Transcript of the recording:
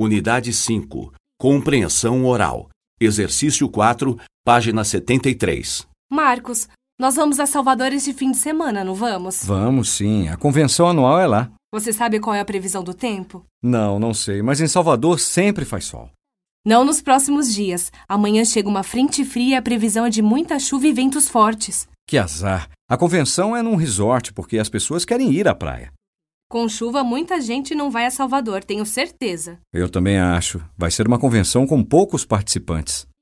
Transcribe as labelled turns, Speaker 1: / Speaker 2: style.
Speaker 1: Unidade 5. Compreensão oral. Exercício 4, página 73.
Speaker 2: Marcos, nós vamos a Salvador este fim de semana, não vamos?
Speaker 3: Vamos sim, a convenção anual é lá.
Speaker 2: Você sabe qual é a previsão do tempo?
Speaker 3: Não, não sei, mas em Salvador sempre faz sol.
Speaker 2: Não nos próximos dias. Amanhã chega uma frente fria e a previsão é de muita chuva e ventos fortes.
Speaker 3: Que azar. A convenção é num resort porque as pessoas querem ir à praia.
Speaker 2: Com chuva, muita gente não vai a Salvador, tenho certeza.
Speaker 3: Eu também acho. Vai ser uma convenção com poucos participantes.